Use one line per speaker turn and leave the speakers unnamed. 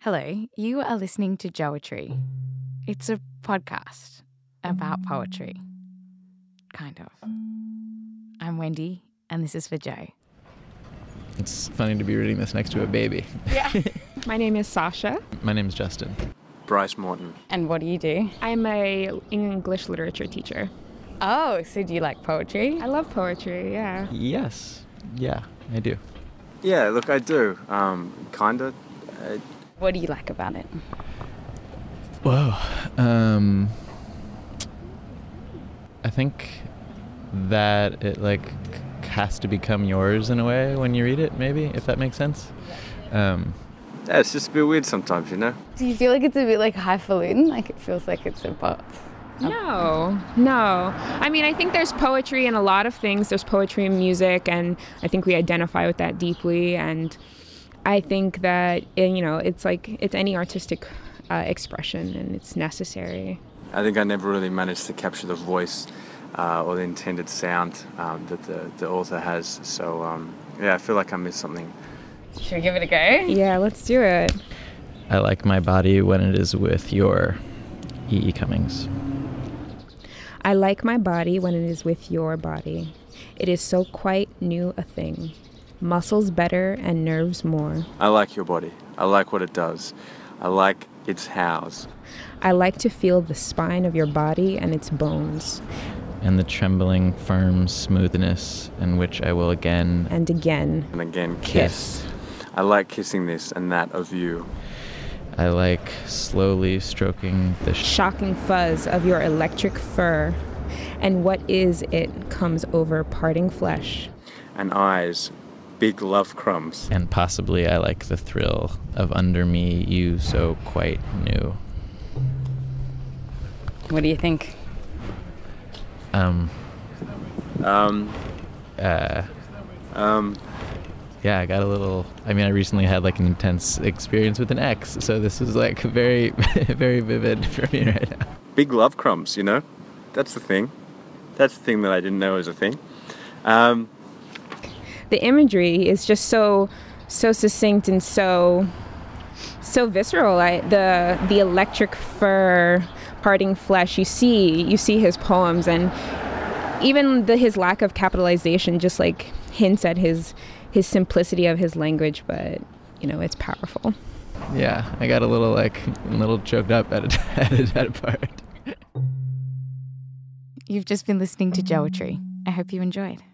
Hello, you are listening to Joetry. It's a podcast about poetry. Kind of. I'm Wendy, and this is for Joe.
It's funny to be reading this next to a baby.
My name is Sasha.
My name's Justin.
Bryce Morton.
And what do you do?
I'm a English literature teacher.
Oh, so do you like poetry?
I love poetry, yeah.
Yes. Yeah, I do.
Yeah, look, I do. Um, kinda. Uh,
What do you like about it?
Whoa. Um, I think that it like c- has to become yours in a way when you read it, maybe if that makes sense. Um,
yeah, it's just a bit weird sometimes, you know.
Do you feel like it's a bit like highfalutin? Like it feels like it's about.
No, no. I mean, I think there's poetry in a lot of things. There's poetry in music, and I think we identify with that deeply. And I think that, eh, you know, it's like it's any artistic uh, expression and it's necessary.
I think I never really managed to capture the voice uh, or the intended sound um, that the, the author has. So um, yeah, I feel like I missed something.
Should we give it a go?
Yeah, let's do it.
I like my body when it is with your E.E. E. Cummings.
I like my body when it is with your body. It is so quite new a thing. Muscles better and nerves more.
I like your body. I like what it does. I like its hows.
I like to feel the spine of your body and its bones,
And the trembling, firm smoothness in which I will again
and again.
And again, kiss. I like kissing this and that of you.
I like slowly stroking the sh-
Shocking fuzz of your electric fur. And what is it comes over parting flesh?
And eyes, big love crumbs.
and possibly I like the thrill of under me you so quite new.
What do you think?
Um,
Um,
uh,
um,
yeah, I got a little. I mean, I recently had like an intense experience with an ex, so this is like very, very vivid for me right now.
big love crumbs, you know? That's the thing. That's the thing that I didn't know was a thing. Um,
The imagery is just so so succinct and so so visceral. I, the the electric fur, parting flesh. You see you see his poems and even the, his lack of capitalization just like hints at his his simplicity of his language, but you know it's powerful.
Yeah, I got a little like a little choked up at a, at a, at a part.
You've just been listening to Joetry. I hope you enjoyed.